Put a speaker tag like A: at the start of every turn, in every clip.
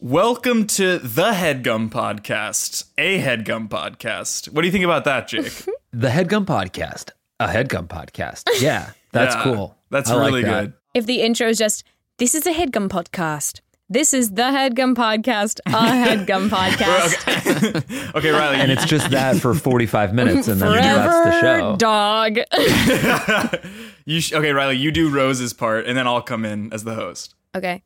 A: Welcome to the Headgum Podcast, a Headgum Podcast. What do you think about that, Jake?
B: The Headgum Podcast. A Headgum Podcast. Yeah, that's
A: Yeah,
B: cool.
A: That's
B: I like
A: really
B: that.
A: good.
C: if the intro is just this is a headgum podcast this is the headgum podcast a headgum podcast
A: Okay, Riley.
B: And it's just that for 45 minutes and then that's the show.
C: forever dog
A: you sh- okay, Riley? You do Rose's part, and then I'll come in as the host.
C: okay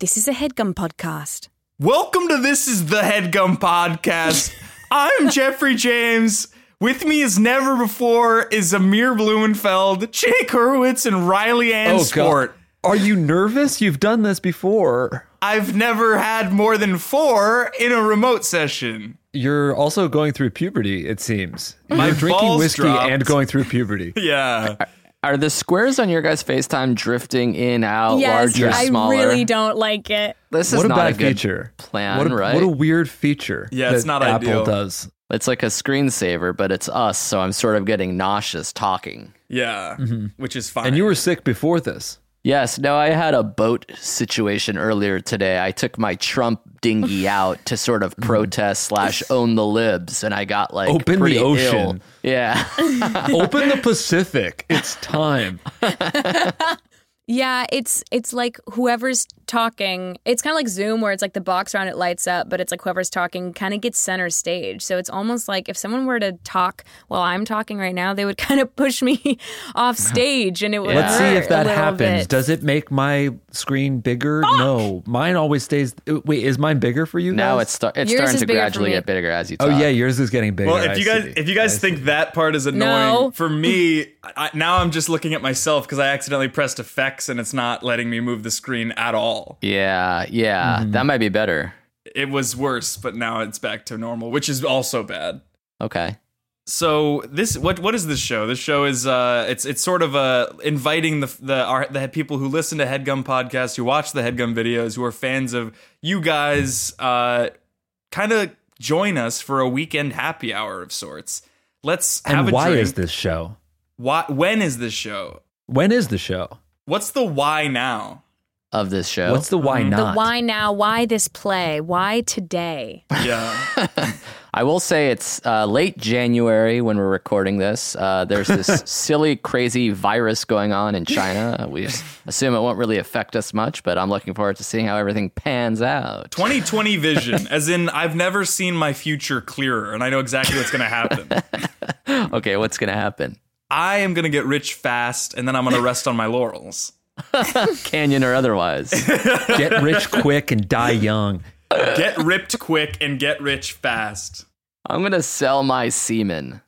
C: this is a headgum podcast
A: Welcome to this is the Headgum Podcast. I'm Jeffrey James. With me as never before is Amir Blumenfeld, Jake Hurwitz, and Riley Ann
B: Oh, God.
A: Sport.
B: Are you nervous? You've done this before.
A: I've never had more than four in a remote session.
B: You're also going through puberty, it seems.
A: My
B: You're drinking
A: balls
B: whiskey
A: dropped.
B: and going through puberty.
A: Yeah.
D: Are the squares on your guys' FaceTime drifting in, out,
C: yes
D: larger,
C: i
D: smaller?
C: really don't like it
D: This is
B: what a
D: not
B: bad
D: good
B: feature.
D: plan,
B: what a,
D: right?
B: What a weird feature.
A: Yeah, it's
B: that
A: not
B: Apple
A: ideal.
B: does.
D: It's like a screensaver, but it's us, so I'm sort of getting nauseous talking.
A: Yeah, which is fine.
B: Mm-hmm. And you were sick before this.
D: Yes, no, I had a boat situation earlier today. I took my Trump dinghy out to sort of protest slash own the libs, and I got like
B: Open the
D: pretty ill.
B: ocean.
D: Yeah,
B: Open the Pacific. It's time.
C: yeah it's it's like whoever's talking it's kind of like zoom where it's like the box around it lights up but it's like whoever's talking kind of gets center stage so it's almost like if someone were to talk while i'm talking right now they would kind of push me off stage and it would
B: Let's see
C: hurt
B: if
C: a
B: that
C: little
B: happens.
C: bit.
B: Does it make my screen bigger? No, mine always stays. Wait, is mine bigger for you?
D: now
B: guys?
D: it's star- it's
C: Yours
D: starting
C: is
D: to
C: bigger for
D: gradually
C: me.
D: get bigger as you talk.
B: Oh yeah, yours is getting bigger.
A: well,
B: I
A: if you guys
B: see.
A: if you guys
B: I
A: think
B: see.
A: that part is annoying,
C: No.
A: for me I, now I'm just looking at myself because I accidentally pressed effects and it's not letting me move the screen at all.
D: yeah, yeah,
B: Mm-hmm.
D: that might be better.
A: It was worse, but now it's back to normal, which is also bad.
D: Okay.
A: So this what what is this show? This show is uh it's it's sort of uh inviting the the our, the people who listen to Headgum podcast, who watch the Headgum videos, who are fans of you guys uh kind of join us for a weekend happy hour of sorts. Let's have
B: And
A: a
B: why
A: drink.
B: is this show?
A: Why, when is this show?
B: When is the show?
A: What's the why now?
D: Of this show,
B: What's the why
C: the
B: not?
C: why now why this play why today
A: Yeah.
D: I will say it's uh, late January when we're recording this. Uh, there's this silly, crazy virus going on in China. We s- assume it won't really affect us much, but I'm looking forward to seeing how everything pans out.
A: 2020 vision, as in I've never seen my future clearer and I know exactly what's going to happen.
D: Okay, what's going to happen?
A: I am going to get rich fast and then I'm going to rest on my laurels.
D: Canyon or otherwise?
B: Get rich quick and die young.
A: Get ripped quick and get rich fast.
D: I'm going to sell my semen.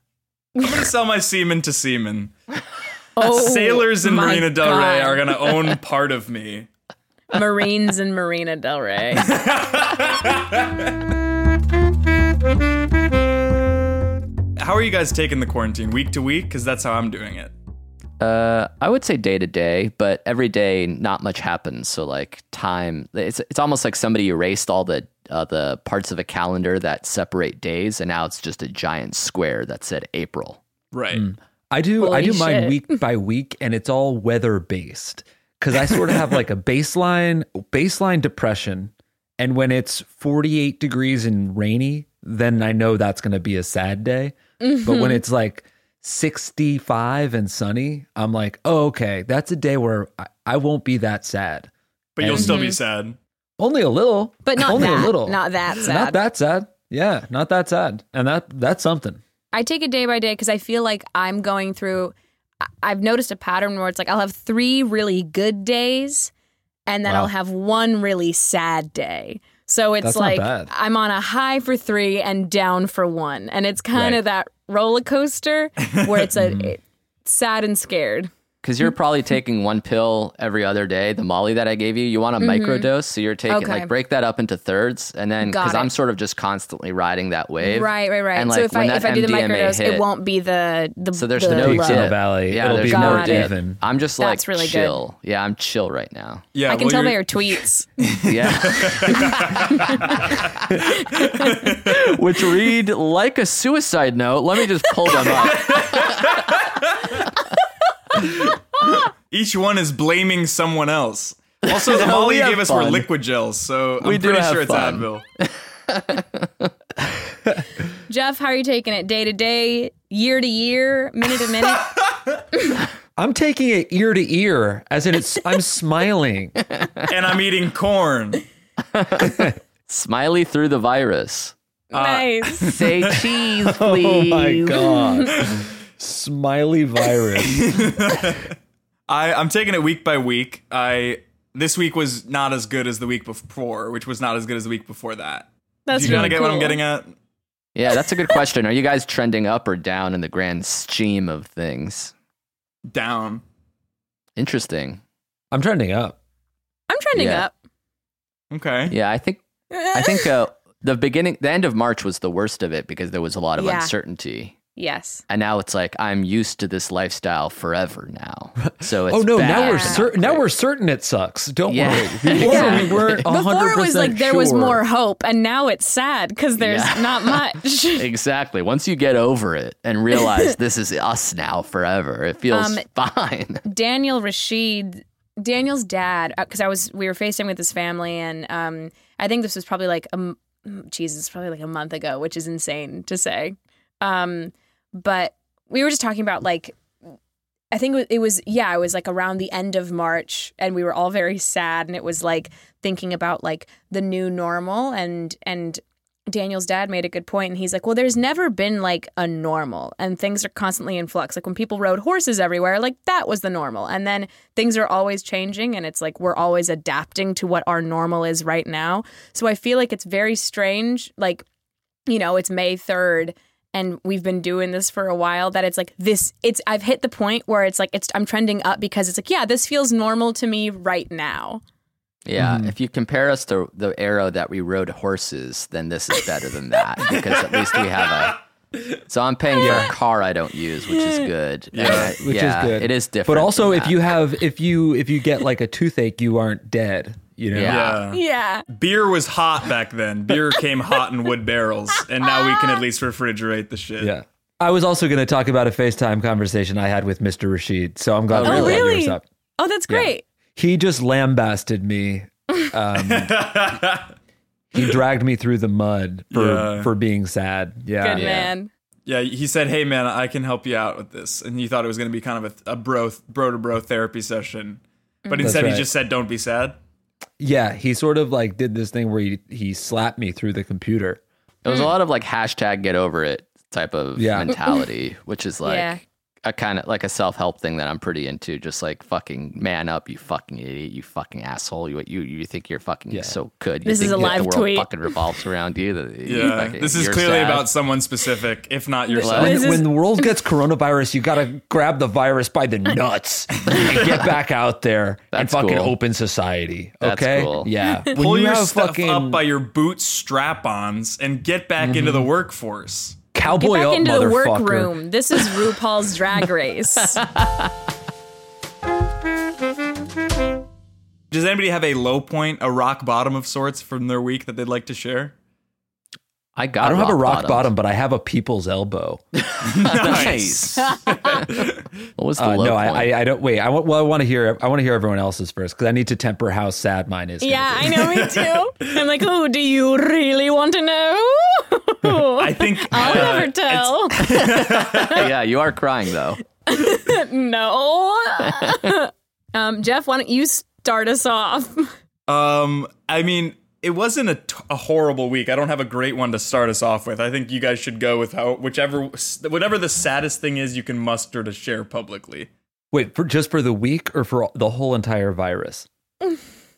A: I'm going to sell my semen to semen.
C: oh
A: Sailors in
C: my
A: Marina Del Rey
C: God.
A: are going to own part of me.
C: marines in marina del rey
A: How are you guys taking the quarantine? Week to week? Because that's how I'm doing it.
D: Uh, I would say day to day, but every day not much happens. So like time, it's it's almost like somebody erased all the uh, the parts of a calendar that separate days, and now it's just a giant square that said April.
A: Right.
B: I do. I do
C: Holy
B: mine
C: shit.
B: week by week, and it's all weather based because I sort of have like a baseline baseline depression, and when it's forty eight degrees and rainy, then I know that's going to be a sad day. But
C: Mm-hmm.
B: when it's like sixty five and sunny, I'm like, oh okay, that's a day where I, I won't be that sad.
A: But you'll
B: And-
A: still
C: Mm.
A: be sad.
B: Only a little,
C: But not
B: only
C: that.
B: a little,
C: Not that sad.
B: not that sad. Yeah, not that sad, and that that's something.
C: I take it day by day because I feel like I'm going through. I- I've noticed a pattern where it's like I'll have three really good days, and then
B: Wow.
C: I'll have one really sad day. So it's
B: That's not
C: like
B: bad.
C: I'm on a high for three and down for one, and it's kind
B: Right.
C: of that roller coaster where it's a it- sad and scared.
D: Because you're probably
C: Mm-hmm.
D: taking one pill every other day. The Molly that I gave you, you want a microdose, so you're taking
C: Mm-hmm. Okay.
D: like break that up into thirds, and then
C: Got
D: because
C: it.
D: I'm sort of just constantly riding that wave.
C: Right, right, right.
D: And,
C: so
D: like,
C: if
D: when
C: I
D: that
C: if I do the
D: MDMA
C: microdose,
D: hit-
C: it won't be the the
D: So there's
C: the
D: no
C: low.
B: Peaks in a
D: dip.
B: valley.
D: Yeah,
B: It'll
D: there's
B: be
D: no
C: more
D: dip.
B: even.
D: I'm just like
C: That's really good.
D: chill. Yeah, I'm chill right now.
A: Yeah,
C: I can
A: well,
C: tell by
A: you're-
C: your tweets.
D: Yeah. Which read like a suicide note. Let me just pull them up.
A: Each one is blaming someone else. Also, the
D: No,
A: Molly
D: we
A: you
D: have
A: gave us were
D: fun.
A: liquid gels, so
D: We
A: I'm
D: do
A: pretty
D: have
A: sure it's
D: fun.
A: Advil.
C: Jeff, how are you taking it day to day, year to year, minute to minute?
B: I'm taking it ear to ear, as in it's I'm smiling.
A: and I'm eating corn.
D: Smiley through the virus.
A: Uh,
C: nice.
D: Say cheese, please.
B: god, smiley virus.
A: I, I'm taking it week by week. I this week was not as good as the week before, which was not as good as the week before that.
C: That's
A: Do you
C: really
A: kind of get
C: cool.
A: what I'm getting at?
D: Yeah, that's a good question. Are you guys trending up or down in the grand scheme of things?
A: Down.
D: Interesting.
B: I'm trending up.
C: I'm trending
D: Yeah.
C: up.
A: Okay.
D: Yeah, I think I think uh, the beginning, the end of March was the worst of it because there was a lot of
C: Yeah.
D: uncertainty,
C: Yes.
D: and now it's like I'm used to this lifestyle forever now. So it's
B: oh no,
D: bad.
B: now we're
D: It's not
B: certain. Now
D: great.
B: we're certain it sucks. Don't
D: Yeah.
B: worry. Before we weren't
C: Before
B: 100
C: it was like there was more hope, and now it's sad because there's
D: Yeah.
C: not much.
D: exactly. Once you get over it and realize this is us now forever, it feels
C: Um,
D: fine.
C: Daniel Rashid, Daniel's dad, because I was we were FaceTime with his family, and um, I think this was probably like a m- Jesus, probably like a month ago, which is insane to say. Um, but we were just talking about like. I think it was- it was yeah, it was like around the end of March and we were all very sad and it was like thinking about like the new normal and and Daniel's dad made a good point and he's like, "Well, there's never been like a normal and things are constantly in flux. Like when people rode horses everywhere, like that was the normal. And then things are always changing and it's like we're always adapting to what our normal is right now." So I feel like it's very strange like you know, it's May 3rd and we've been doing this for a while that it's like this it's I've hit the point where it's like it's I'm trending up because it's like, yeah, this feels normal to me right now.
D: Yeah,
B: Mm-hmm.
D: if you compare us to the era that we rode horses, then this is better than that because at least we have a. So I'm paying for a car I don't use, which is good. Yeah,
B: which
D: yeah,
B: is good.
D: It is different.
B: But also,
D: than
B: if
D: that.
B: you have, if you, if you get like a toothache, you aren't dead. You know.
D: Yeah.
C: Yeah.
A: Uh, Beer was hot back then. Beer came hot in wood barrels, and now we can at least refrigerate the shit.
B: Yeah. I was also going to talk about a FaceTime conversation I had with Mr. Rashid. So I'm glad
D: Oh,
B: we brought
C: really?
B: yours up.
C: Oh, that's great.
B: He just lambasted me. Um, he dragged me through the mud for
A: Yeah.
B: for being sad. Yeah.
C: Good man.
A: Yeah, he said, "Hey man, I can help you out with this," and he thought it was going to be kind of a, a bro, bro to bro therapy session, but instead
B: right.
A: he just said, "Don't be sad."
B: Yeah, he sort of like did this thing where he he slapped me through the computer.
D: It was a lot of like hashtag get over it type of
B: Yeah.
D: mentality, which is like
C: Yeah.
D: a kind of like a self help thing that I'm pretty into. Just like fucking man up, you fucking idiot, you fucking asshole. You you, you think you're fucking so good. You
C: This
D: think
C: is a
D: that
C: live
D: the world
C: tweet.
D: fucking revolves around you. that you
A: Yeah,
D: fucking-
A: this is
D: you're
A: clearly
D: sad.
A: about someone specific, if not yourself.
B: When,
C: This is-
B: when the world gets coronavirus, you got to grab the virus by the nuts and get back out there and
D: That's
B: fucking
D: cool.
B: open society.
D: That's
B: Okay?
D: cool.
B: Yeah. When
A: Pull
B: you
A: your
B: have
A: stuff
B: fucking
A: up by your boot strap-ons and get back into the workforce.
C: Get
B: cowboy
C: back
B: up,
C: into the
B: motherfucker.
C: workroom. This is RuPaul's drag race.
A: Does anybody have a low point, a rock bottom of sorts from their week that they'd like to share?
D: I got.
B: I don't have a rock
D: bottomed.
B: bottom, but I have a people's elbow.
A: nice.
D: What was the
B: Uh,
D: low
B: no,
D: point?
B: I, I, I don't. Wait, I want. Well, I want to hear. I want to hear everyone else's first because I need to temper how sad mine is. gonna
C: Yeah,
B: be.
C: I know me too. I'm like, oh, do you really want to know? I
A: think,
C: I'll
A: uh,
C: never
A: it's-
C: tell.
D: yeah, you are crying though.
C: no. um, Jeff, why don't you start us off?
A: Um, I mean, it wasn't a, t- a horrible week. I don't have a great one to start us off with. I think you guys should go with how whichever whatever the saddest thing is you can muster to share publicly.
B: Wait, for just for the week or for the whole entire virus?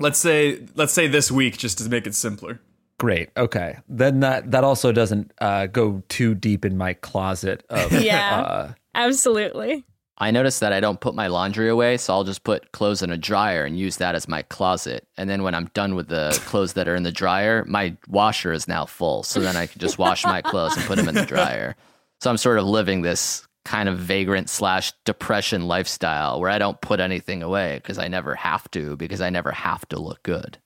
A: Let's say let's say this week just to make it simpler.
B: Great. Okay. Then that that also doesn't uh, go too deep in my closet of
C: Yeah.
B: uh,
C: Absolutely.
D: I noticed that I don't put my laundry away, so I'll just put clothes in a dryer and use that as my closet. And then when I'm done with the clothes that are in the dryer, my washer is now full. So then I can just wash my clothes and put them in the dryer. So I'm sort of living this kind of vagrant slash depression lifestyle where I don't put anything away because I never have to, because I never have to look good.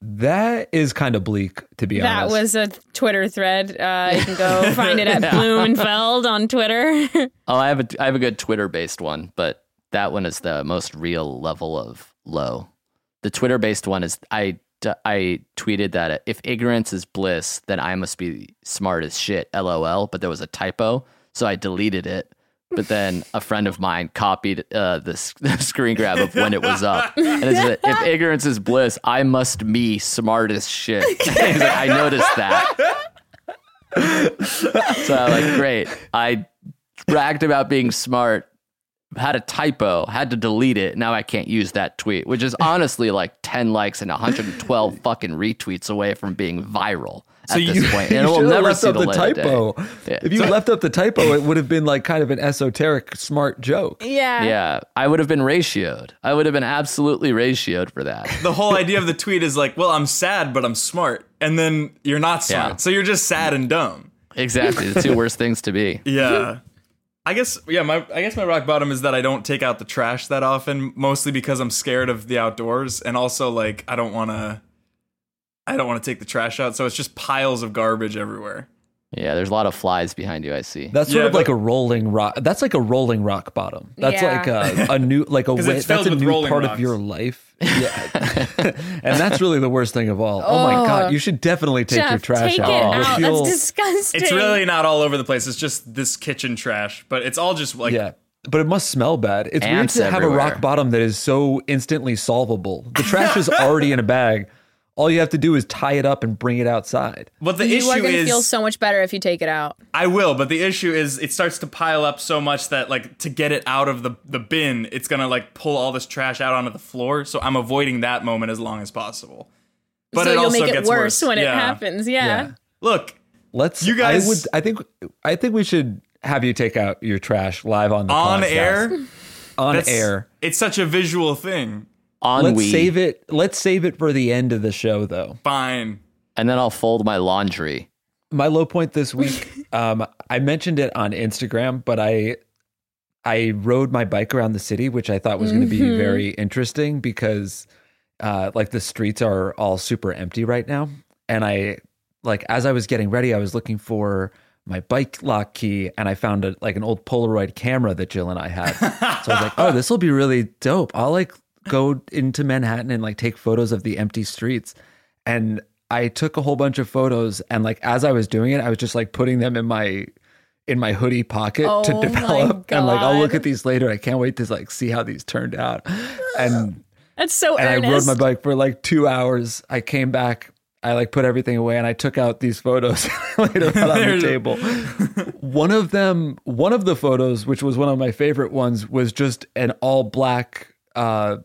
B: that is kind of bleak to be
C: That
B: honest.
C: was a Twitter thread. Uh, you can go find it at Blumenfeld on Twitter.
D: Oh, I have a I have a good Twitter based one, but that one is the most real level of low. The Twitter based one is I d- I tweeted that if ignorance is bliss, then I must be smart as shit. LOL. But there was a typo, so I deleted it. But then a friend of mine copied uh, the, s- the screen grab of when it was up, and it said, "If ignorance is bliss, I must be smart as shit." He's like, I noticed that. so I'm like, great. I bragged about being smart, had a typo, had to delete it. Now I can't use that tweet, which is honestly like 10 likes and 112 fucking retweets away from being viral at
A: So
D: this
A: you-
D: point.
B: You
D: And it will
B: should've
D: never
B: left
D: see
B: up
D: the,
B: the,
D: light of day.
B: typo.
D: Yeah.
B: If you left up the typo, it would have been like kind of an esoteric smart joke.
C: yeah.
D: Yeah, I would have been ratioed. I would have been absolutely ratioed for that.
A: The whole idea of the tweet is like, well, I'm sad but I'm smart, and then you're not smart,
D: Yeah.
A: so you're just sad and dumb.
D: Exactly, the two worst things to be.
A: Yeah. I guess yeah, my I guess my rock bottom is that I don't take out the trash that often, mostly because I'm scared of the outdoors and also like I don't want to I don't want to take the trash out, so it's just piles of garbage everywhere.
D: Yeah, there's a lot of flies behind you. I see.
B: That's sort
A: Yeah,
B: of like
A: but-
B: a rolling rock. That's like a rolling rock bottom. That's
C: Yeah.
B: like a, a new like a
A: 'Cause it's
B: way,
A: filled
B: that's a
A: with
B: new
A: rolling
B: part of
A: rocks.
B: your life. Yeah. and that's really the worst thing of all. Oh, my god, you should definitely take your
C: Jeff,
B: trash
C: take
B: out.
C: it
B: You'll
C: out.
B: feel-
C: That's disgusting.
A: It's really not all over the place. It's just this kitchen trash, but it's all just like
B: yeah. But it must smell bad. It's weird
D: Ants
B: to have a
D: everywhere.
B: rock bottom that is so instantly solvable. The trash is already in a bag. All you have to do is tie it up and bring it outside.
A: But the
C: you are
A: issue
C: going to
A: is
C: feel so much better if you take it out.
A: I will, but the issue is it starts to pile up so much that like to get it out of the the bin, it's going to like pull all this trash out onto the floor, so I'm avoiding that moment as long as possible. But
C: so
A: it
C: you'll
A: also
C: make it
A: gets worse
C: worse, when
A: Yeah.
C: it happens. Yeah.
A: Look,
B: Let's.
A: You guys-
B: I would. I think. I think we should have you take out your trash live on the
A: on
B: podcast.
A: air,
B: On
A: That's-
B: air.
A: It's such a visual thing.
D: On
B: Let's
D: we,
B: save it. Let's save it for the end of the show, though.
A: Fine.
D: and then I'll fold my laundry.
B: My low point this week. um, I mentioned it on Instagram, but I. I rode my bike around the city, which I thought was going to
A: Mm-hmm.
B: be very interesting because, uh, like, the streets are all super empty right now. And I, like, as I was getting ready, I was looking for my bike lock key, and I found a, like an old Polaroid camera that Jill and I had. So I was like, oh, this will be really dope. I'll like go into Manhattan and like take photos of the empty streets. And I took a whole bunch of photos and like as I was doing it, I was just like putting them in my in my hoodie pocket
C: Oh
B: to
C: my
B: develop. And like I'll look
C: God.
B: at these later. I can't wait to like see how these turned out. And
C: That's so
B: and I rode
C: earnest.
B: my bike for like two hours. I came back. I like put everything away and I took out these photos later on, on the
A: There's-
B: table. one of them, one of the photos, which was one of my favorite ones, was just an all black, uh,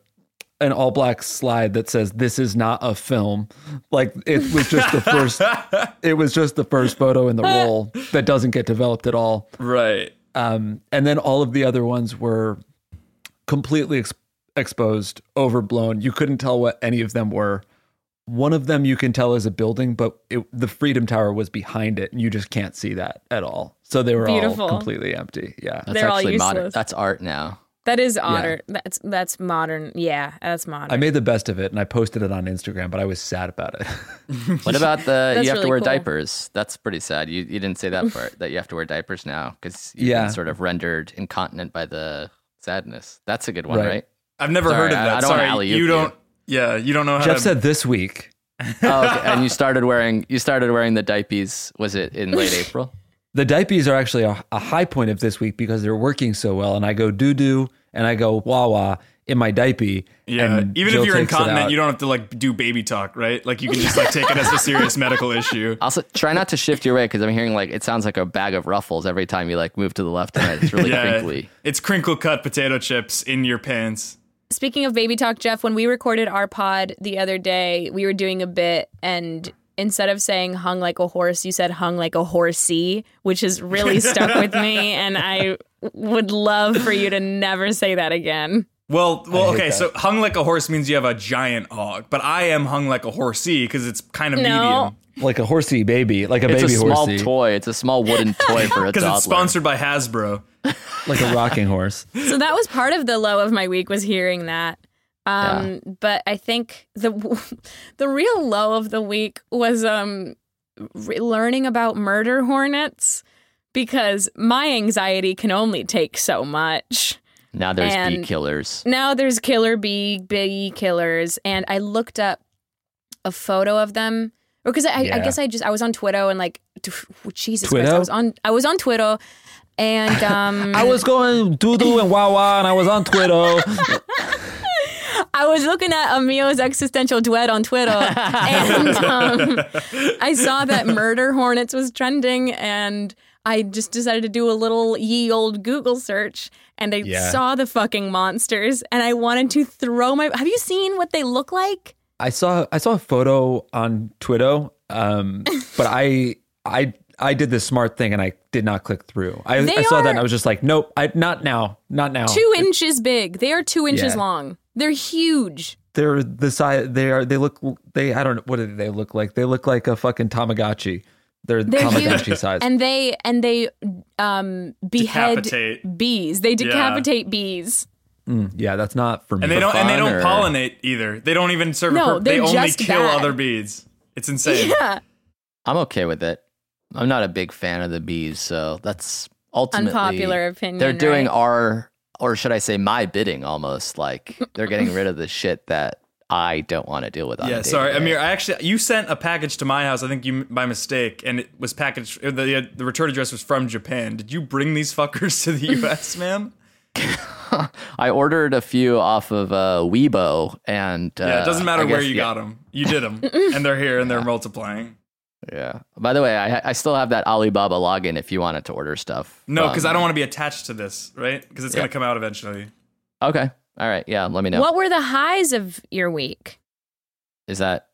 B: an all black slide that says "This is not a film." Like it was just the first, it was just the first photo in the roll that doesn't get developed at all.
A: Right.
B: Um, and then all of the other ones were completely ex- exposed, overblown. You couldn't tell what any of them were. One of them you can tell is a building, but it, the Freedom Tower was behind it, and you just can't see that at all. So they were
C: Beautiful.
B: all completely empty. Yeah.
D: That's
C: They're all
D: actually modern.
C: useless.
D: That's art now.
C: That is modern. That's that's modern. Yeah, that's modern.
B: I made the best of it and I posted it on Instagram, but I was sad about it.
D: What about the
C: That's
D: you have
C: really
D: to wear
C: cool.
D: diapers? That's pretty sad. You you didn't say that part that you have to wear diapers now because you've
B: Yeah.
D: been sort of rendered incontinent by the sadness. That's a good one,
B: Right.
D: right?
A: I've never
D: Sorry,
A: heard of
D: I-
A: that.
D: I don't wanna
A: Sorry,
D: alley-oop
A: you
D: you.
A: don't. Yeah, you don't know how.
B: Jeff
A: to,
B: said this week.
D: Oh, okay. and you started wearing you started wearing the diapies. Was it in late April?
B: The diapies are actually a, a high point of this week because they're working so well. And I go doo doo and I go wah wah in my diapy.
A: Yeah,
B: and
A: even
B: Jill
A: if you're
B: takes it
A: incontinent,
B: out.
A: you don't have to like do baby talk, right? Like you can just like take it as a serious medical issue.
D: Also, try not to shift your weight because I'm hearing like it sounds like a bag of ruffles every time you like move to the left and right. It's really
A: Yeah,
D: crinkly.
A: it's crinkle cut potato chips in your pants.
C: Speaking of baby talk, Jeff, when we recorded our pod the other day, we were doing a bit and instead of saying hung like a horse, you said hung like a horsey, which has really stuck with me and I would love for you to never say that again.
A: Well, well, okay. So hung like a horse means you have a giant hog, but I am hung like a horsey because it's kind of medium.
C: No.
B: like a horsey baby, like a
D: It's
B: baby
D: a small
B: horsey,
D: toy. It's a small wooden toy for a
A: Because
D: toddler.
A: it's sponsored by Hasbro.
B: like a rocking horse.
C: So that was part of the low of my week was hearing that. Um, but I think the the real low of the week was um re- learning about murder hornets because my anxiety can only take so much.
D: Now there's bee
C: and-
D: killers.
C: Now there's killer bee, bee killers, and I looked up a photo of them. Or because I, I
B: Yeah.
C: guess I just I was on Twitter and like Jesus Christ,
B: Twitter?
C: I was on I was on Twitter and um
B: I was going doo doo and wah wah, and I was on Twitter.
C: I was looking at Emil's existential duet on Twitter, and um, I saw that murder hornets was trending, and I just decided to do a little ye old Google search, and I
B: Yeah.
C: saw the fucking monsters, and I wanted to throw my. Have you seen what they look like?
B: I saw I saw a photo on Twitter, um, but I I I did the smart thing and I did not click through. I,
C: They
B: I saw that and
C: are-
B: I was just like, nope, I, not now, not now.
C: Two inches big. They are two inches
B: Oh, Yeah.
C: long. They're huge.
B: They're the size. They are. They look. They. I don't know. What do they look like? They look like a fucking Tamagotchi. They're,
C: They're
B: Tamagotchi
C: huge,
B: size.
C: and they and they um, behead
A: Decapitate.
C: bees. They decapitate bees.
B: yeah, that's not for me.
A: And they don't and they
D: fun,
A: don't
D: or-
A: pollinate either. They don't even serve
C: No,
A: a purpose. They
C: they're
A: only
C: just
A: kill
C: bad.
A: other bees. It's insane.
C: Yeah.
D: I'm okay with it. I'm not a big fan of the bees, so that's ultimately
C: Unpopular opinion,
D: They're doing
C: right?
D: our, or should I say, my bidding almost. Like they're getting rid of the shit that I don't want to deal with. On
A: Yeah,
D: a
A: sorry,
D: day-to-day.
A: Amir. I actually you sent a package to my house. I think you by mistake, and it was packaged. uh, The, uh, the return address was from Japan. Did you bring these fuckers to the U.S., man?
D: I ordered a few off of uh, Weibo, and
A: Yeah,
D: uh,
A: it doesn't matter
D: I
A: where
D: guess-
A: you
D: yeah,
A: got 'em. got them. You did them, and they're here and they're multiplying.
D: Yeah. By the way, I, I still have that Alibaba login if you wanted to order stuff.
A: No, because
D: from-
A: I don't want to be attached to this, right? Because it's
D: Yeah.
A: gonna come out eventually.
D: Okay. All right. Yeah. Let me know.
C: What were the highs of your week?
D: Is that?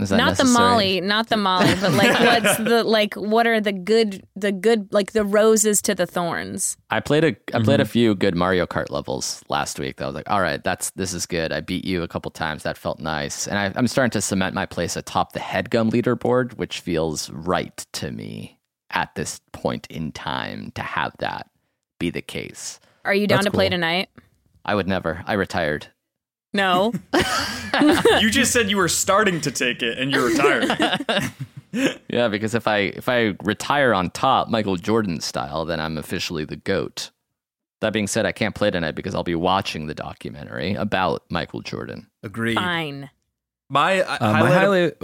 D: Is that
C: Not the
D: necessary?
C: Molly, not the Molly, but like what's the like what are the good the good like the roses to the thorns?
D: I played a I played a few good Mario Kart levels last week. That I was like, all right, that's this is good. I beat you a couple times. That felt nice, and I, I'm starting to cement my place atop the headgum leaderboard, which feels right to me at this point in time to have that be the case.
C: Are you down
B: That's
C: to play
B: cool.
C: tonight?
D: I would never. I retired.
C: No.
A: you just said you were starting to take it, and you're retired.
D: Yeah, because if I if I retire on top, Michael Jordan style, then I'm officially the goat. That being said, I can't play tonight because I'll be watching the documentary about Michael Jordan.
A: Agreed.
C: Fine.
A: My uh,
B: Uh, my
A: highlight. of-
B: highlight.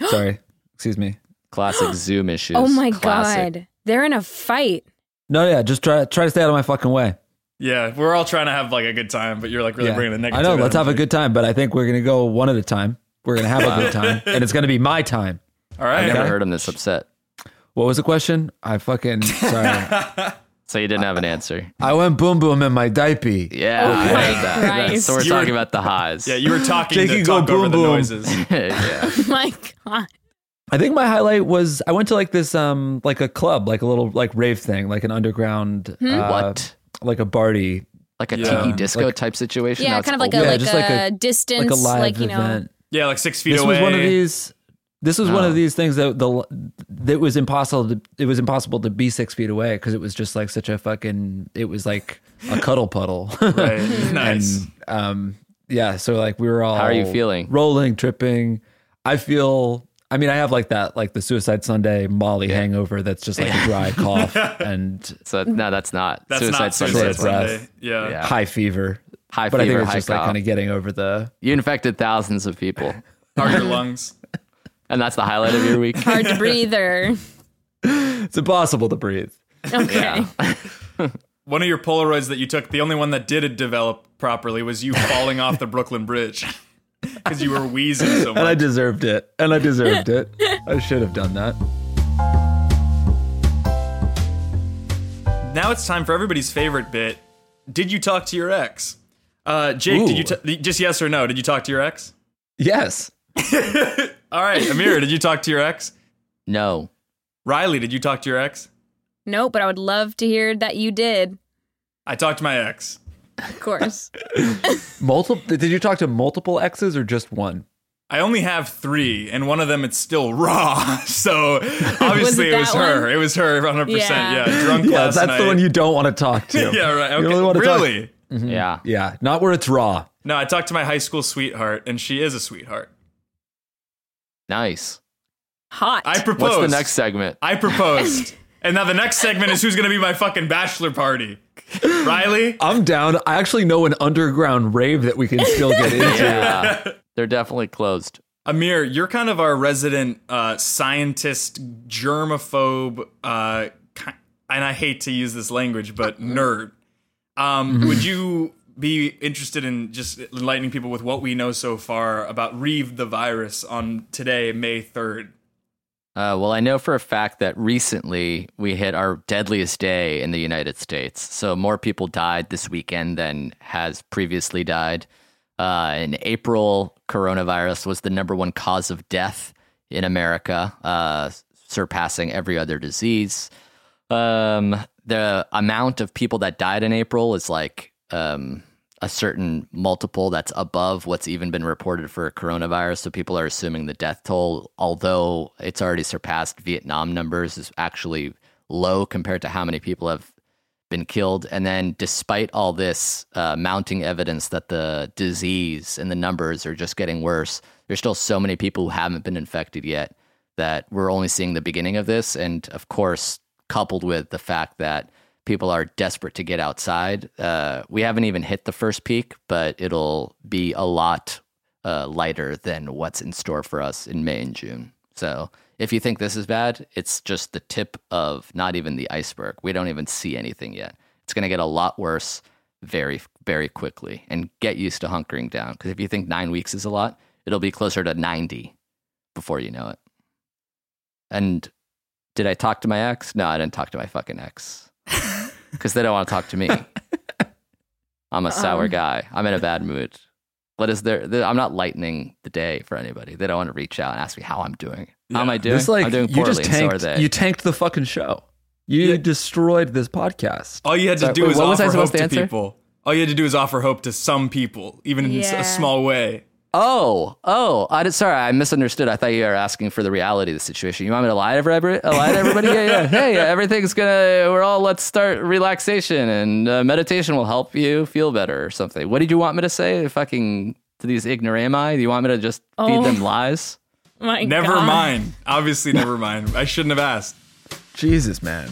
B: Oh, sorry. Excuse me.
D: Classic Zoom issues.
C: oh my
D: Classic.
C: god. They're in a fight.
B: No, yeah, just try try to stay out of my fucking way.
A: yeah, we're all trying to have like a good time, but you're like really
B: Yeah.
A: bringing the negative.
B: I know. Let's have a
A: energy.
B: good time, but I think we're gonna go one at a time. We're gonna have a good time, and it's gonna be my time.
A: All right.
D: I never
B: Okay.
D: heard him this upset.
B: What was the question? I fucking sorry.
D: So you didn't have an answer.
B: I went boom boom in my diaper.
D: Yeah, I heard that.
C: Oh Christ.
D: So we're
A: You were-
D: talking about the highs.
A: Yeah, you were talking
B: Jakey,
A: to
B: go
A: talk over
B: boom,
A: the
B: boom.
A: noises.
D: yeah.
C: My god.
B: I think my highlight was I went to like this um like a club, like a little like rave thing, like an underground uh,
D: Hmm? What?
B: like a party,
D: Like a
A: Yeah.
D: tiki disco type situation.
C: Yeah,
D: Now it's
C: kind of like a
D: open.
B: Yeah,
C: like,
B: just
C: a
B: like a-
C: distance
B: like a live
C: like you know
B: event.
A: Yeah, like six feet
B: This
A: away.
B: was one of these. This was one
D: Oh.
B: of these things that the that was impossible. To, it was impossible to be six feet away because it was just like such a fucking. It was like a cuddle puddle.
A: Right. nice.
B: And um, yeah, so like we were all
D: How are you feeling?
B: Rolling, tripping. I feel I mean, I have like that like the Suicide Sunday Molly hangover that's just like a dry cough and
D: So no, that's not
A: That's
D: suicide.
A: not
D: Sunday.
A: Suicide
B: Short breath.
A: Sunday. Yeah.
D: Yeah.
B: high fever.
D: High
B: but I
D: fever,
B: think it's
D: high
B: just like
D: cough.
B: kind of getting over the
D: You infected thousands of people,
A: Are your lungs?
D: and that's the highlight of your week.
C: Hard to breathe or
B: it's impossible to breathe.
C: okay.
A: One of your Polaroids that you took, the only one that did develop properly was you falling off the Brooklyn Bridge because you were wheezing so
B: And I
A: much.
B: deserved it. And I deserved it. I should have done that.
A: Now it's time for everybody's favorite bit. Did you talk to your ex? Uh, Jake, did you t- just yes or no? Did you talk to your ex?
B: Yes.
A: All right, Amir, did you talk to your ex?
D: No,
A: Riley, did you talk to your ex?
C: Nope, but I would love to hear that you did.
A: I talked to my ex.
C: Of course.
B: Multiple did you talk to multiple exes or just one?
A: I only have three, and one of them it's still raw. So obviously
C: it
A: it, was
C: that
A: her.
C: one?
A: It was her, 100. percent
C: Yeah.
A: Yeah, drunk
B: Yeah,
A: last
B: that's
A: night.
B: the one you don't want to talk to.
A: Yeah, right.
B: You
A: Okay.
B: only want to talk-
A: really?
D: yeah,
B: Yeah, not where it's raw.
A: No, I talked to my high school sweetheart, and she is a sweetheart.
D: nice.
C: Hot.
A: I proposed.
D: What's the next segment?
A: I proposed. and now the next segment is who's going to be my fucking bachelor party. Riley?
B: I'm down. I actually know an underground rave that we can still get into.
D: Yeah, they're definitely closed.
A: Amir, you're kind of our resident uh, scientist, germaphobe, uh, ki- and I hate to use this language, but nerd. Um, would you be interested in just enlightening people with what we know so far about Reeve the virus on today, May 3rd?
D: Uh, well, I know for a fact that recently we hit our deadliest day in the United States. So more people died this weekend than has previously died. Uh, in April, coronavirus was the number one cause of death in America, uh, surpassing every other disease. Um, the amount of people that died in April is like um, a certain multiple that's above what's even been reported for coronavirus. So people are assuming the death toll, although it's already surpassed Vietnam numbers, is actually low compared to how many people have been killed. And then, despite all this uh, mounting evidence that the disease and the numbers are just getting worse, there's still so many people who haven't been infected yet that we're only seeing the beginning of this. And of course, coupled with the fact that people are desperate to get outside, uh, we haven't even hit the first peak, but it'll be a lot uh, lighter than what's in store for us in May and June. So if you think this is bad, it's just the tip of not even the iceberg. We don't even see anything yet. It's going to get a lot worse very, very quickly. And get used to hunkering down because if you think nine weeks is a lot, it'll be closer to 90 before you know it. And did I talk to my ex? No, I didn't talk to my fucking ex because they don't want to talk to me. I'm a sour guy. I'm in a bad mood. What is there? there- I'm not lightening the day for anybody. They don't want to reach out and ask me how I'm doing. How am I doing?
B: This like
D: I'm doing
B: you
D: poorly.
B: just
D: and so
B: tanked.
D: are they.
B: You tanked the fucking show. You destroyed this podcast.
A: All you had to
D: Sorry,
A: do
D: wait,
A: is
D: what was I
A: offer hope
D: supposed
A: to,
D: to answer?
A: people. All you had to do is offer hope to some people, even in s-
C: Yeah.
A: a small way.
D: oh, oh, I did, sorry, I misunderstood. I thought you were asking for the reality of the situation. You want me to lie to everybody? Lie to everybody? yeah, yeah. Hey, everything's gonna. We're all. Let's start relaxation and uh, meditation will help you feel better or something. What did you want me to say? Fucking to these ignorami? Do you want me to just
C: Oh.
D: feed them lies?
C: My
A: Never
C: God.
A: mind. Obviously, never mind. I shouldn't have asked.
B: Jesus, man.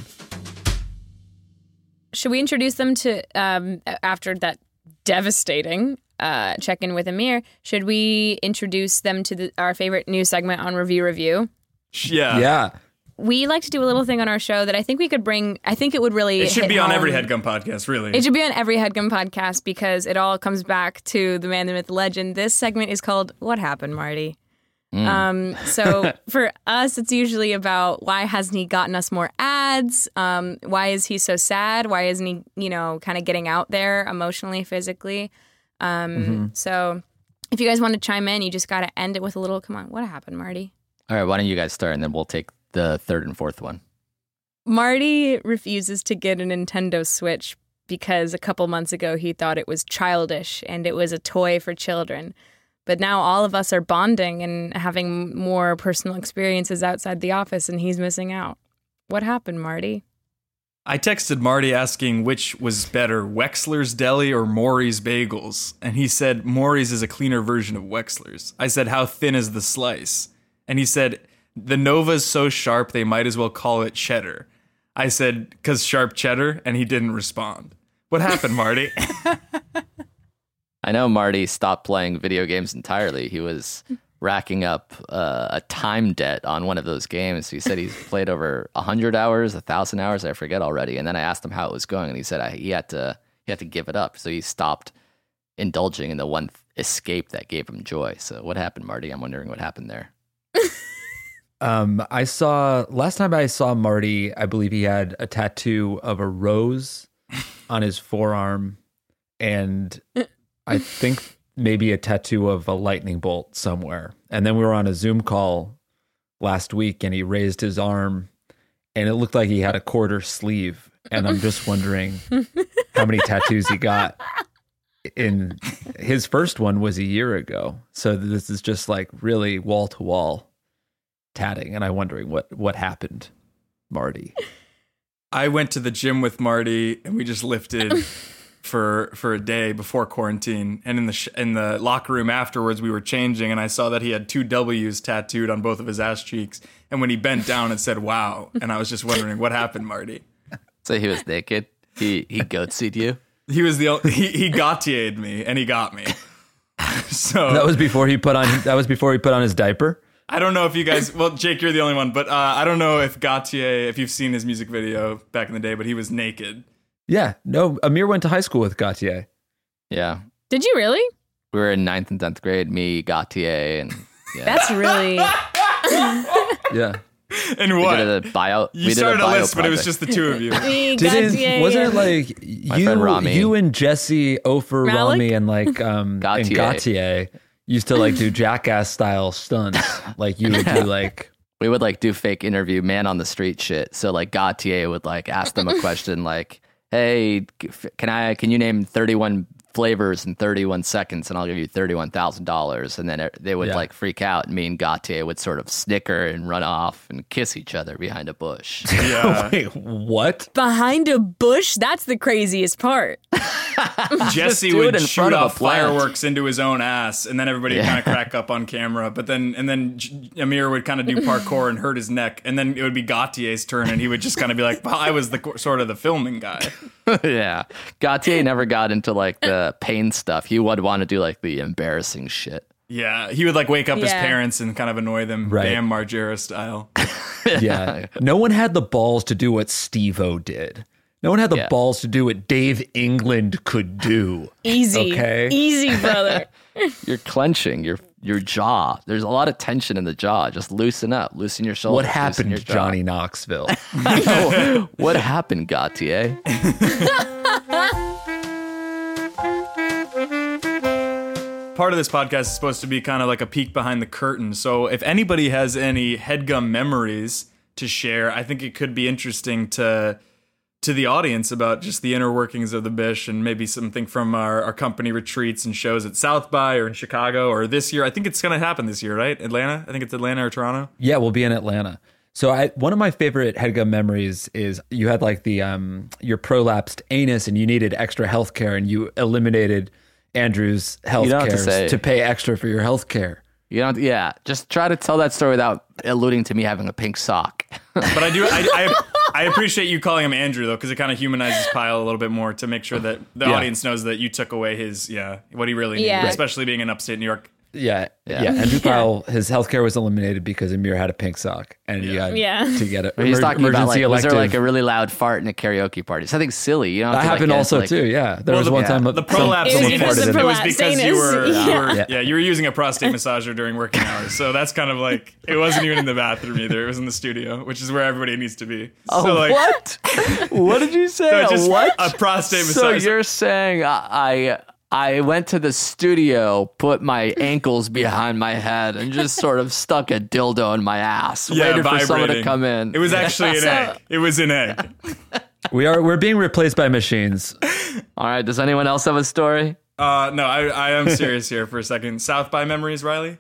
C: Should we introduce them to um, a- after that devastating uh, check in with Amir? Should we introduce them to the, our favorite new segment on Review Review?
A: Sh- Oh, Yeah.
B: Yeah,
C: We like to do a little thing on our show that I think we could bring. I think it would really.
A: It should
C: hit
A: be on every
C: home.
A: headgum podcast, really.
C: It should be on every headgum podcast because it all comes back to the man, the myth, the legend. This segment is called What Happened, Marty? Um, so for us, it's usually about why hasn't he gotten us more ads? Um, why is he so sad? Why isn't he, you know, kind of getting out there emotionally, physically? Um, So if you guys want to chime in, you just got to end it with a little, come on, what happened, Marty?
D: All right, why don't you guys start and then we'll take the third and fourth one.
C: Marty refuses to get a Nintendo Switch because a couple months ago he thought it was childish and it was a toy for children. But now all of us are bonding and having more personal experiences outside the office, and he's missing out. What happened, Marty?
A: I texted Marty asking which was better, Wexler's Deli or Maury's Bagels, and he said Maury's is a cleaner version of Wexler's. I said, How thin is the slice? And he said, The Nova's so sharp they might as well call it cheddar. I said, Cause sharp cheddar, and he didn't respond. What happened, Marty?
D: I know Marty stopped playing video games entirely. He was racking up uh, a time debt on one of those games. He said he's played over 100 hours, 1,000 hours, I forget already. And then I asked him how it was going, and he said I, he, had to, he had to give it up. So he stopped indulging in the one th- escape that gave him joy. So what happened, Marty? I'm wondering what happened there.
B: Um, I saw last time I saw Marty, I believe he had a tattoo of a rose on his forearm, and I think maybe a tattoo of a lightning bolt somewhere. And then we were on a Zoom call last week, and he raised his arm, and it looked like he had a quarter sleeve. And I'm just wondering how many tattoos he got. In his first one was a year ago, so this is just like really wall to wall tatting and I'm wondering what what happened, Marty.
A: I went to the gym with Marty and we just lifted for for a day before quarantine. And in the sh- in the locker room afterwards, we were changing and I saw that he had two W's tattooed on both of his ass cheeks. And when he bent down, it said "Wow." And I was just wondering what happened, Marty.
D: So he was naked. He, he goatseed you.
A: He was the only, he he gautiered me and he got me.
D: Oh.
A: So
B: That was before he put on that was before he put on his diaper.
A: I don't know if you guys. Well, Jake, you're the only one, but uh, I don't know if Gautier, if you've seen his music video back in the day, but he was naked.
B: Yeah, no, Amir went to high school with Gautier.
D: Yeah.
C: Did you really?
D: We were in ninth and 10th grade, me, Gautier, and yeah.
C: That's really
B: Yeah.
A: And
D: we
A: what?
D: did a bio.
A: you
D: we did
A: started a,
D: bio
A: list, but it was
D: project.
A: just the two of you.
C: we got
B: Didn't,
C: yeah,
B: wasn't it
C: yeah.
B: like
D: My friend
B: you
D: Rami.
B: you and Jesse Ofer
C: Malik?
B: Rami and like um and
D: Gautier.
B: Gautier used to like do jackass style stunts. Like you would do like
D: we would like do fake interview man on the street shit. So like Gautier would like ask them a question like, "Hey, can I can you name 31 flavors in 31 seconds and I'll give you $31,000." And then it, they would
B: Yeah.
D: like freak out and me and Gautier would sort of snicker and run off and kiss each other behind a bush.
A: Yeah.
B: Wait, what?
C: behind a bush? That's the craziest part.
A: Jesse
D: do it
A: would
D: in
A: shoot
D: front of a
A: off
D: plant.
A: fireworks into his own ass, and then everybody kind of crack up on camera. But then, and then J- Amir would kind of do parkour and hurt his neck, and then it would be Gautier's turn, and he would just kind of be like, well, "I was the co- sort of the filming guy."
D: yeah. Gautier never got into like the pain stuff. He would want to do like the embarrassing shit.
A: Yeah, he would like wake up his
C: Yeah.
A: parents and kind of annoy them,
B: Right.
A: damn Margera style.
B: Yeah. No one had the balls to do what Steve O did. No one had the
D: Yeah.
B: balls to do what Dave England could do.
C: Easy.
B: Okay.
C: Easy, brother.
D: You're clenching your your jaw. There's a lot of tension in the jaw. Just loosen up. Loosen your shoulders.
B: What
D: loosen
B: happened
D: your
B: to
D: jaw.
B: Johnny Knoxville?
D: No. what happened, Gautier?
A: part of this podcast is supposed to be kind of like a peek behind the curtain. So if anybody has any headgum memories to share, I think it could be interesting to to the audience about just the inner workings of the Bish and maybe something from our, our company retreats and shows at South by or in Chicago or this year. I think it's gonna happen this year, right? Atlanta? I think it's Atlanta or Toronto.
B: yeah, we'll be in Atlanta. So I one of my favorite headgum memories is you had like the um your prolapsed anus and you needed extra health care and you eliminated Andrew's health
D: You don't have to
B: care
D: say.
B: to pay extra for your health care.
D: You don't. Yeah. Just try to tell that story without alluding to me having a pink sock.
A: But I do I, I I appreciate you calling him Andrew though, because it kind of humanizes Pyle a little bit more to make sure that the audience knows that you took away his yeah, what he really needed,
C: Yeah. Right.
A: especially being in upstate New York.
B: Yeah, yeah. Andrew Powell, his health care was eliminated because Amir had a pink sock and you had
C: Yeah.
B: to get a
D: He's
B: emer-
D: talking
B: emergency
D: about like was
B: elective.
D: there like a really loud fart in a karaoke party? Something silly. You know
B: that happened also too. Yeah, there was
A: the-
B: one time
A: The
B: some-
A: prolapse
C: It was
B: someone
A: anus.
C: because
B: farted
C: of
B: in
A: it was
C: prolapse
A: because you
C: anus.
A: were, you
C: Yeah.
A: were-
B: Yeah.
A: yeah. you were using a prostate massager during working hours. So that's kind of like it wasn't even in the bathroom either. It was in the studio, which is where everybody needs to be. Oh, so like
D: what? what did you say?
A: no, just
D: what?
A: a prostate
D: So
A: massager.
D: you're saying I I went to the studio, put my ankles behind my head, and just sort of stuck a dildo in my ass,
A: yeah,
D: waited for someone to
A: vibrating.
D: come in.
A: It was actually an egg. It was an egg.
B: We are we're being replaced by machines.
D: all right. Does anyone else have a story?
A: Uh, no, I, I am serious here for a second. South by memories, Riley.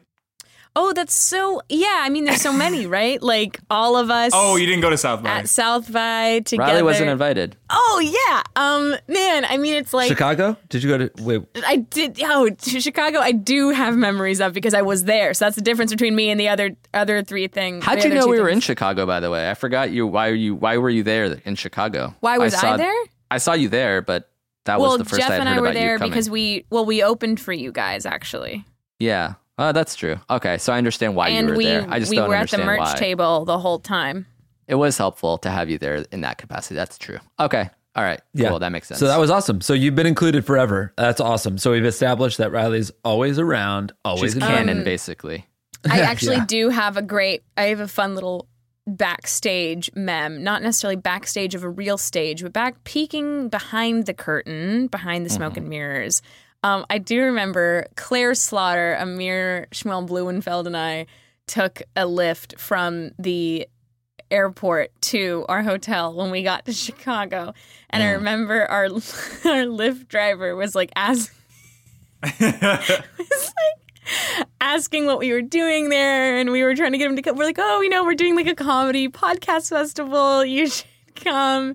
C: Oh, that's so. Yeah, I mean, there's so many, right? Like all of us.
A: Oh, you didn't go to South by.
C: at South by together.
D: Riley wasn't invited.
C: Oh yeah. Um, man. I mean, it's like
B: Chicago? Did you go to wait?
C: I did. Oh, to Chicago, I do have memories of because I was there. So that's the difference between me and the other other three things.
D: How'd you know we were in Chicago? By the way, I forgot you. Why you? Why were you there in Chicago?
C: Why was I
D: saw-
C: there?
D: I saw you there, but that
C: well,
D: was the first
C: Jeff
D: I'd
C: and
D: heard
C: I were
D: about
C: there
D: you coming.
C: because we well we opened for you guys actually,
D: yeah, oh, that's true. Okay, so I understand why
C: and
D: Ah, you were
C: we
D: there. I just
C: we
D: don't
C: were at the
D: understand
C: merch
D: why.
C: table the whole time.
D: It was helpful to have you there in that capacity. That's true. Okay, all right,
B: Yeah,
D: cool. That makes sense.
B: So that was awesome. So you've been included forever. That's awesome. So we've established that Riley's always around, always
D: she's
B: in
C: Um,
D: canon, basically.
C: I actually do have a great. I have a fun little backstage mem, not necessarily backstage of a real stage, but back peeking behind the curtain, behind the smoke and mirrors. Um, I do remember Claire Slaughter, Amir Schmel Bluenfeld, and I took a lift from the airport to our hotel when we got to Chicago. And I remember our our lift driver was like asking asking what we were doing there, and we were trying to get him to come. We're like, oh, you know, we're doing like a comedy podcast festival. You should come.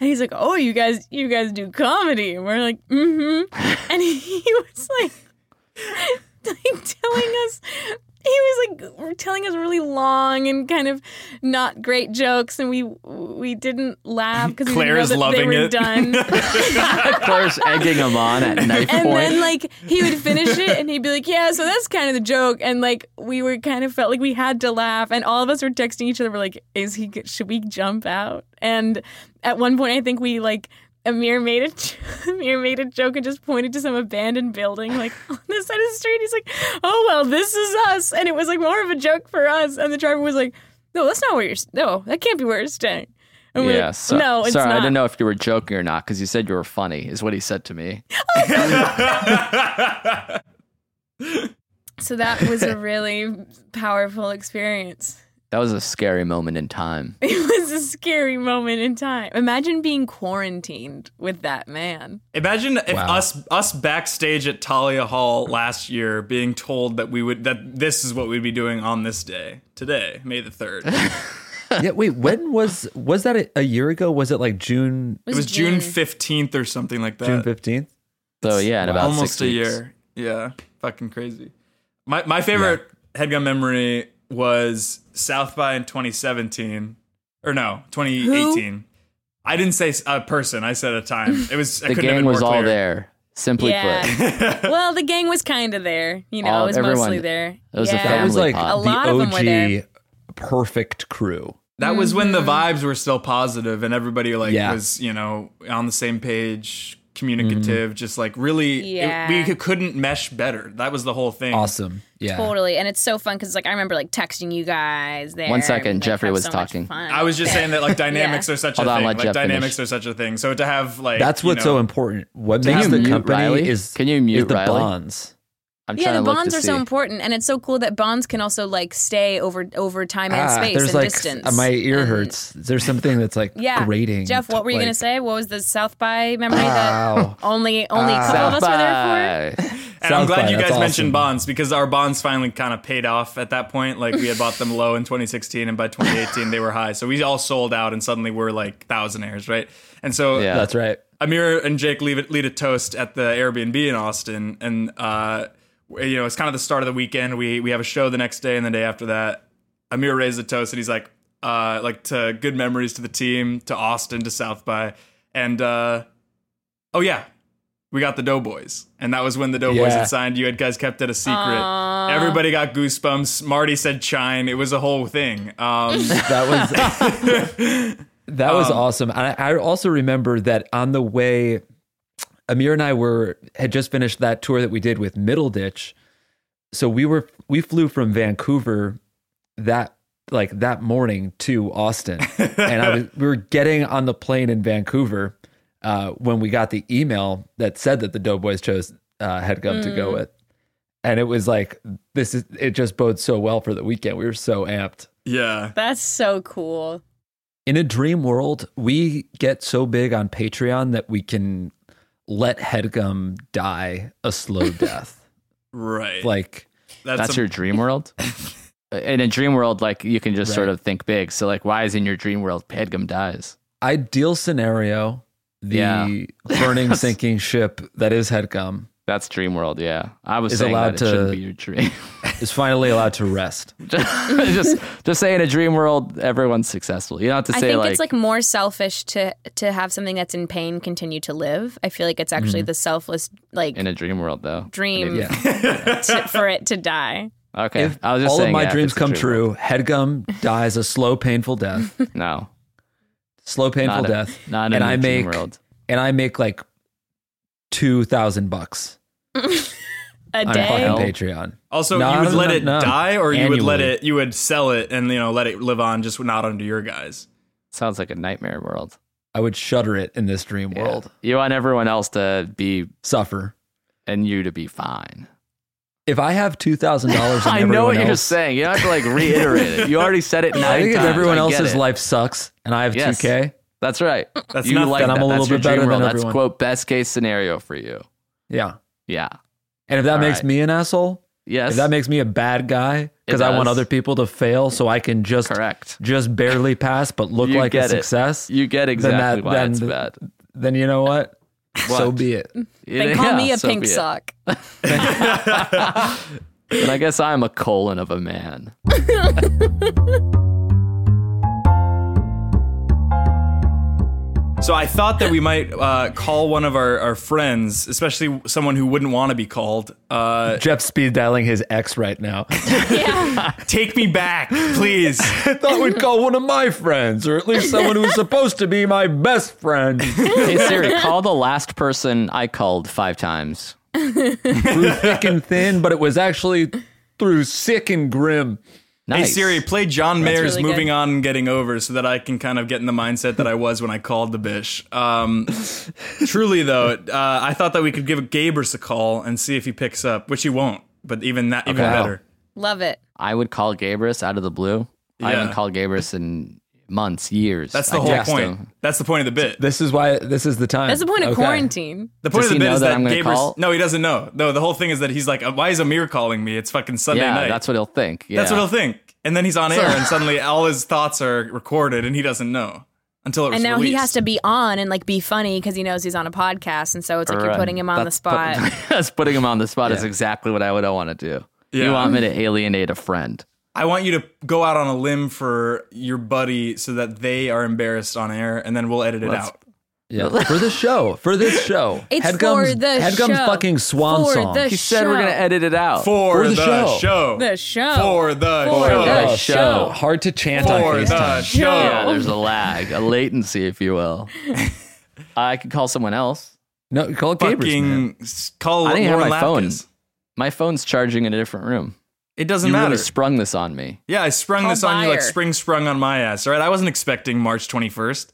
C: And he's like, oh, you guys, you guys do comedy. And we're like, mm-hmm. And he, he was like, like telling us. He was like telling us really long and kind of not great jokes, and we we didn't laugh because we didn't know
A: Claire's
C: that they
A: loving
C: were
A: it.
C: done.
D: Claire's egging him on at knife
C: And
D: point.
C: then like he would finish it and he'd be like, Yeah, so that's kind of the joke. And like we were kind of felt like we had to laugh and all of us were texting each other, we're like, Is he good? should we jump out? And at one point I think we like Amir made a j- Amir made a joke and just pointed to some abandoned building like on the side of the street. He's like, Oh well, this is us and it was like more of a joke for us. And the driver was like, No, that's not where you're s- no, that can't be where you're staying. And we're
D: yeah,
C: like,
D: so-
C: no, it's
D: sorry,
C: not.
D: I didn't know if you were joking or not because you said you were funny, is what he said to me.
C: So that was a really powerful experience.
D: That was a scary moment in time.
C: It was a scary moment in time. Imagine being quarantined with that man.
A: Imagine if us us backstage at Talia Hall last year being told that we would that this is what we'd be doing on this day today, May the third. it
B: yeah. Wait, when was was that a, a year ago? Was it like June
A: was June fifteenth or something like that.
B: June fifteenth?
D: So yeah, in about
A: almost
D: six
A: a
D: weeks.
A: year. Yeah, fucking crazy. My my favorite headgun memory was South by in 2017, or no, 2018. I didn't say s- a person. I said a time. It was I
D: The
A: couldn't have been
D: gang was
A: more
D: all
A: clear.
D: there. Simply put,
C: Yeah. well, the gang was kind of there. You know,
D: All-
C: it was
D: everyone-
C: mostly there.
D: it was a
C: yeah.
D: family
B: That was like
D: pod.
C: A
B: the
C: lot of them were there.
B: OG perfect crew.
A: That was when the vibes were still positive and everybody like
B: Yeah.
A: was you know on the same page, communicative,
B: Mm-hmm.
A: just like really. it-
C: Yeah.
A: we c- couldn't mesh better. That was the whole thing.
B: Awesome. Yeah.
C: Totally, and it's so fun because like I remember like texting you guys there.
D: One second,
C: and, like,
D: Jeffrey
C: have
D: was
C: so much
D: talking.
C: fun.
A: I was just saying that like dynamics are such
D: Hold
A: a
D: on,
A: thing.
D: let
A: like
D: Jeff finish.
A: dynamics are such a thing. So to have like
B: That's
A: you
B: what's so
A: know-
B: important. What
D: Can
B: makes
D: you
B: the
D: mute
B: company
D: Riley?
B: is
D: Can you mute
B: is the
D: Riley?
B: bonds.
D: I'm
C: yeah,
D: trying
C: the
D: to look
C: bonds
D: to
C: are
D: see.
C: so important, and it's so cool that bonds can also like stay over over time and
B: Ah,
C: space
B: there's
C: and
B: like
C: distance. Um,
B: uh, my ear hurts. There's something that's like
C: yeah,
B: grating.
C: Jeff, what were you
B: like,
C: gonna say? What was the South by memory
B: Ow.
C: that only only a couple of us were there for?
D: Bye.
A: And I'm
B: Sounds
A: glad
B: fine.
A: you guys
B: That's awesome.
A: mentioned bonds because our bonds finally kind of paid off at that point. Like we had bought them low in 2016, and by 2018 they were high. So we all sold out, and suddenly we're like thousandaires, right? And so
D: Yeah.
B: That's right.
A: Amir and Jake leave it, lead a toast at the Airbnb in Austin, and uh, you know it's kind of the start of the weekend. We we have a show the next day, and the day after that, Amir raised a toast, and he's like, uh, like to good memories to the team, to Austin, to South by, and uh, oh yeah, we got the Doughboys, and that was when the Doughboys
B: Yeah.
A: had signed. You had guys kept it a secret. Everybody got goosebumps. Marty said chine. It was a whole thing. Um,
B: That was that was awesome. And I, I also remember that on the way, Amir and I were had just finished that tour that we did with Middle Ditch. So we were we flew from Vancouver that like that morning to Austin, and I was we were getting on the plane in Vancouver uh, when we got the email that said that the Doughboys chose uh, Headgum to go with. And it was like this is it just bodes so well for the weekend. We were so amped.
A: yeah.
C: That's so cool.
B: In a dream world, we get so big on Patreon that we can let headgum die a slow death.
A: Right.
B: like
D: That's,
A: a-
D: your dream world. in a dream world, like you can just sort
B: Right.
D: of think big. So like, why is in your dream world Pedgum dies?
B: ideal scenario, the
D: Yeah.
B: burning sinking ship that is headgum
D: That's dream world. Yeah, I was
B: Is
D: saying
B: allowed
D: that it shouldn't
B: to-
D: be your dream.
B: is finally allowed to rest.
D: just just say in a dream world, everyone's successful. You don't have to
C: I
D: say
C: think
D: like,
C: it's like more selfish to to have something that's in pain continue to live. I feel like it's actually
D: Mm-hmm.
C: the selfless like
D: in a dream world though.
C: dream
B: Yeah.
C: to, for it to die.
D: Okay, I was just
B: All
D: saying
B: of my
D: yeah, if
B: dreams
D: it's a
B: come
D: dream
B: true. Headgum dies a slow, painful death.
D: world. No,
B: Slow, painful
D: Not a-
B: death.
D: not in
B: and
D: a
B: I
D: dream
B: make
D: world.
B: and I make like two thousand bucks
C: A
B: on
C: day.
D: Hell.
B: fucking Patreon.
A: also,
B: No,
A: you would
B: no,
A: let
B: no,
A: it
B: no.
A: die, or you would let
B: Annually.
A: it, you would sell it, and you know, let it live on, just not under your guys.
D: sounds like a nightmare world.
B: I would shudder it in this dream
D: Yeah.
B: world.
D: You want everyone else to be
B: Suffer.
D: and you to be fine.
B: If I have two thousand dollars,
D: I know what you're just saying. You don't have to like reiterate it. You already said it nine
B: I think if
D: times.
B: everyone
D: I get
B: else's
D: it.
B: life sucks and I have two
D: Yes.
B: k,
D: That's right.
A: That's
D: you
A: nothing.
D: like
B: Then I'm
D: that.
B: a little
D: That's your
B: bit better
D: dream
B: than
D: world. That's
B: everyone.
D: quote best case scenario for you.
B: yeah.
D: Yeah.
B: And if that
D: All
B: makes
D: right.
B: me an asshole,
D: Yes.
B: if that makes me a bad guy because I want
D: does.
B: other people to fail so I can just
D: correct.
B: just barely pass but look
D: You
B: like a
D: get it.
B: success,
D: You get exactly
B: that-
D: why
B: then
D: it's
B: th-
D: bad.
B: then you know what? So
D: What?
B: be it.
C: They
D: Yeah,
C: call me a
D: so
C: pink
D: be it.
C: sock.
D: And I guess I'm a colon of a man.
A: So I thought that we might uh, call one of our, our friends, especially someone who wouldn't want to be called. Uh,
B: Jeff speed dialing his ex right now.
A: take me back, please.
B: I thought we'd call one of my friends, or at least someone who's supposed to be my best friend.
D: Hey Siri, call the last person I called five times.
B: Through thick and thin, but it was actually through sick and grim.
A: Hey
D: Nice.
A: Siri, play John Mayer's
C: really
A: "Moving
C: good.
A: On and Getting Over" so that I can kind of get in the mindset that I was when I called the bish. Um, truly, though, uh, I thought that we could give Gabers a call and see if he picks up, which he won't. But even that, even
D: Okay.
A: better.
C: Love it.
D: I would call Gabrus out of the blue. I
A: Yeah.
D: haven't called Gabrus in months, years.
A: That's the
D: I
A: whole
D: text
A: point.
D: him.
A: That's the point of the bit.
B: This is why this is the time.
C: That's the point of
B: Okay.
C: quarantine.
A: The point of
D: Does
A: the
D: he
A: bit
D: know
A: is
D: that
A: that,
D: I'm gonna
A: Gabers.
D: call?
A: No, he doesn't know. No, the whole thing is that he's like, "Why is Amir calling me? It's fucking Sunday
D: yeah,
A: night."
D: that's what he'll think. Yeah.
A: That's what he'll think. And then he's on air, and suddenly all his thoughts are recorded, and he doesn't know until it was
C: And now he
A: released.
C: has to be on and like be funny because he knows he's on a podcast, and so it's like you're
D: Right.
C: putting him on the spot.
D: That's putting him on the spot is exactly what I would want to do.
A: Yeah.
D: You want me to alienate a friend?
A: I want you to go out on a limb for your buddy so that they are embarrassed on air, and then we'll edit it
D: Let's-
A: out.
B: Yeah, for this show. For this show.
C: It's
B: Headgum's,
C: for the
B: Headgum's
C: show.
B: fucking swan
C: For
B: song.
C: the
D: He said we're
C: show.
D: gonna edit it out.
A: For,
B: the show.
C: The show.
A: For the
C: For
A: show.
C: the
B: Oh,
D: show.
B: Hard to chant on
A: For the
B: FaceTime.
A: show.
D: Yeah, there's a lag, a latency, if you will. I could call someone else.
B: No, call Gabriel. man.
A: Fucking s- call
D: I didn't have
A: Lauren
D: my phone.
A: Lapkus.
D: My phone's charging in a different room.
A: It doesn't
D: you
A: matter.
D: really sprung this on me.
A: yeah, I sprung
C: Call
A: this on you like
C: Meyer.
A: spring sprung on my ass. All right, I wasn't expecting March 21st.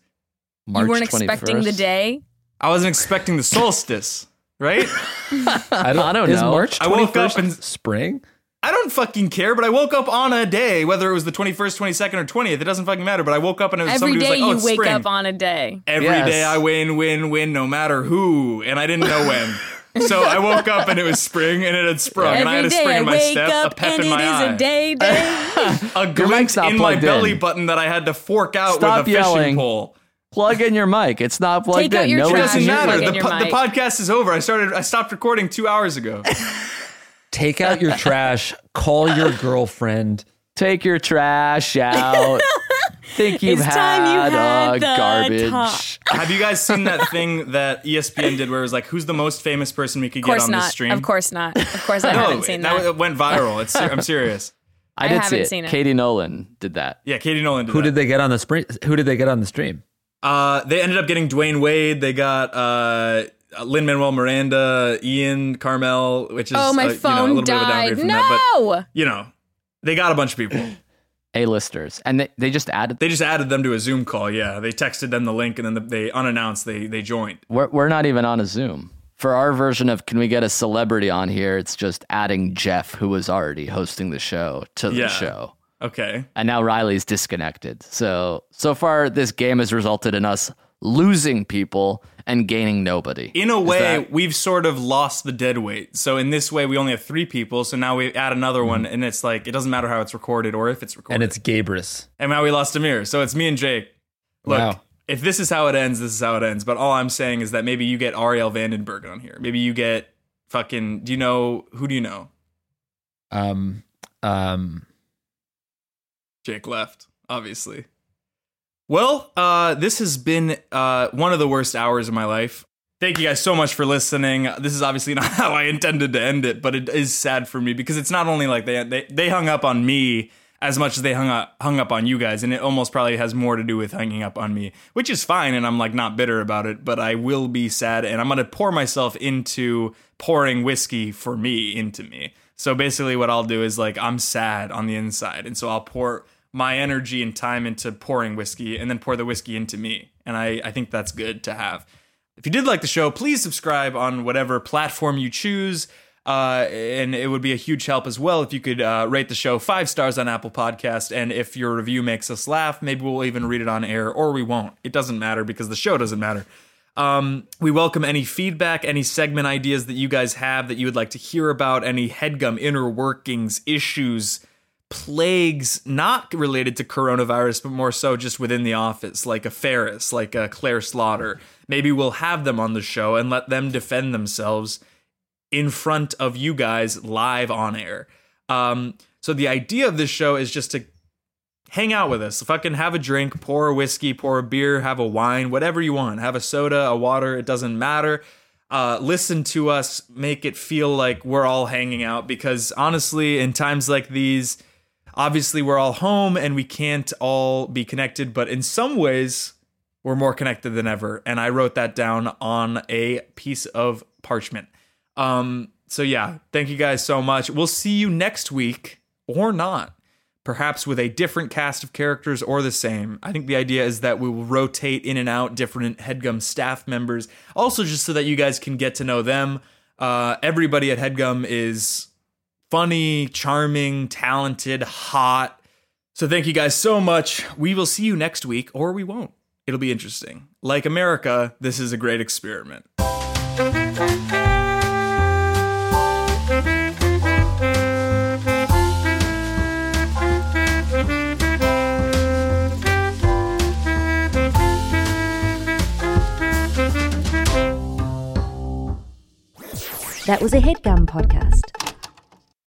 D: March
C: you weren't expecting the
D: 21st.
C: day.
A: I wasn't expecting the solstice. Right?
B: I don't,
D: I don't
B: is
D: know.
B: March 21st
A: I woke up and-
B: spring?
A: I don't fucking care, but I woke up on a day, whether it was the 21st, 22nd, or 20th. It doesn't fucking matter. But I woke up and it was
C: Every
A: somebody
C: day
A: was like, oh,
C: you
A: it's
C: wake
A: spring.
C: up on a day.
A: Every day
D: Yes.
A: I win, win, win, no matter who. And I didn't know when. so I woke up and it was spring and it had sprung. and I had
C: Every
A: a
C: day
A: spring
C: I
A: in my
C: wake
A: step, a
C: up
A: pep
C: and
A: in
C: it
A: my
C: is
A: eye,
C: a day day.
A: a
D: mic's
A: glint
D: not
A: in my
D: plugged
A: belly
D: in.
A: button that I had to fork out
D: Stop
A: with a
D: yelling.
A: fishing pole.
D: Plug in your mic. It's not plugged
C: Take out
D: in.
C: your
D: no
A: It
C: trash.
A: doesn't
C: you
A: matter.
C: plug in
A: The,
C: your
A: po- the
C: mic.
A: podcast is over. I started. I stopped recording two hours ago.
B: Take out your trash. Call your girlfriend.
D: Take your trash out. Think you've
C: It's time you
D: had,
C: had
D: a
C: the
D: garbage.
C: talk.
A: Have you guys seen that thing that E ESPN did, where it was like, "Who's the most famous person we could
C: Of
A: get
C: course
A: on this
C: not.
A: stream?"
C: Of course not. Of course I
A: no,
C: haven't seen that.
A: it went viral. It's, I'm serious.
D: I
C: I
D: did see
C: haven't
D: it.
C: seen it.
D: Katie Nolan did that.
A: Yeah, Katie Nolan. Did
B: Who
A: that.
B: did they get on the spring? Who did they get on the stream?
A: Uh, they ended up getting Dwayne Wade. They got uh, Lin Manuel Miranda, Ian Carmel, which is
C: oh, my
A: uh,
C: phone
A: you know, a little bit of a
C: died.
A: downgrade from
C: no.
A: that. But you know, they got a bunch of people.
D: A-listers. And they, they just added.
A: They just added them to a Zoom call. Yeah, they texted them the link, and then the, they unannounced they they joined.
D: We're, we're not even on a Zoom. For our version of can we get a celebrity on here, it's just adding Jeff, who was already hosting the show, to
A: Yeah.
D: the show.
A: Okay,
D: And now Riley's disconnected. So, so far, this game has resulted in us losing people and gaining nobody.
A: In a
D: Is
A: way,
D: that-
A: we've sort of lost the dead weight. So in this way, we only have three people. So now we add another one, and it's like it doesn't matter how it's recorded or if it's recorded.
B: Mm. and it's Gabrus.
A: and now we lost Amir. So it's me and Jake. Look,
B: Wow.
A: if this is how it ends, this is how it ends. But all I'm saying is that maybe you get Ariel Vandenberg on here. Maybe you get fucking. Do you know who? Do you know?
B: Um, um,
A: Jake left, obviously. Well, uh, this has been uh, one of the worst hours of my life. Thank you guys so much for listening. This is obviously not how I intended to end it, but it is sad for me because it's not only like they they, they hung up on me as much as they hung up hung up on you guys, and it almost probably has more to do with hanging up on me, which is fine, and I'm like not bitter about it, but I will be sad, and I'm gonna pour myself into pouring whiskey for me into me. So basically, what I'll do is like I'm sad on the inside, and so I'll pour my energy and time into pouring whiskey, and then pour the whiskey into me, and I I think that's good to have. If you did like the show, please subscribe on whatever platform you choose. Uh, and it would be a huge help as well if you could uh, rate the show five stars on Apple Podcast. And if your review makes us laugh, maybe we'll even read it on air or we won't. It doesn't matter because the show doesn't matter. Um, we welcome any feedback, any segment ideas that you guys have that you would like to hear about, any headgum inner workings, issues, plagues not related to coronavirus, but more so just within the office, like a Ferris, like a Claire Slaughter. Maybe we'll have them on the show and let them defend themselves in front of you guys live on air. Um, so the idea of this show is just to hang out with us. Fucking have a drink, pour a whiskey, pour a beer, have a wine, whatever you want. Have a soda, a water, it doesn't matter. Uh, listen to us, make it feel like we're all hanging out because honestly, in times like these, obviously we're all home and we can't all be connected, but in some ways, we're more connected than ever. And I wrote that down on a piece of parchment. Um, so yeah, thank you guys so much. We'll see you next week or not, perhaps with a different cast of characters or the same. I think the idea is that we will rotate in and out different Headgum staff members, also just so that you guys can get to know them. Uh, everybody at Headgum is funny, charming, talented, hot. So thank you guys so much. We will see you next week, or we won't. It'll be interesting. Like America, this is a great experiment.
E: That was a headgum podcast.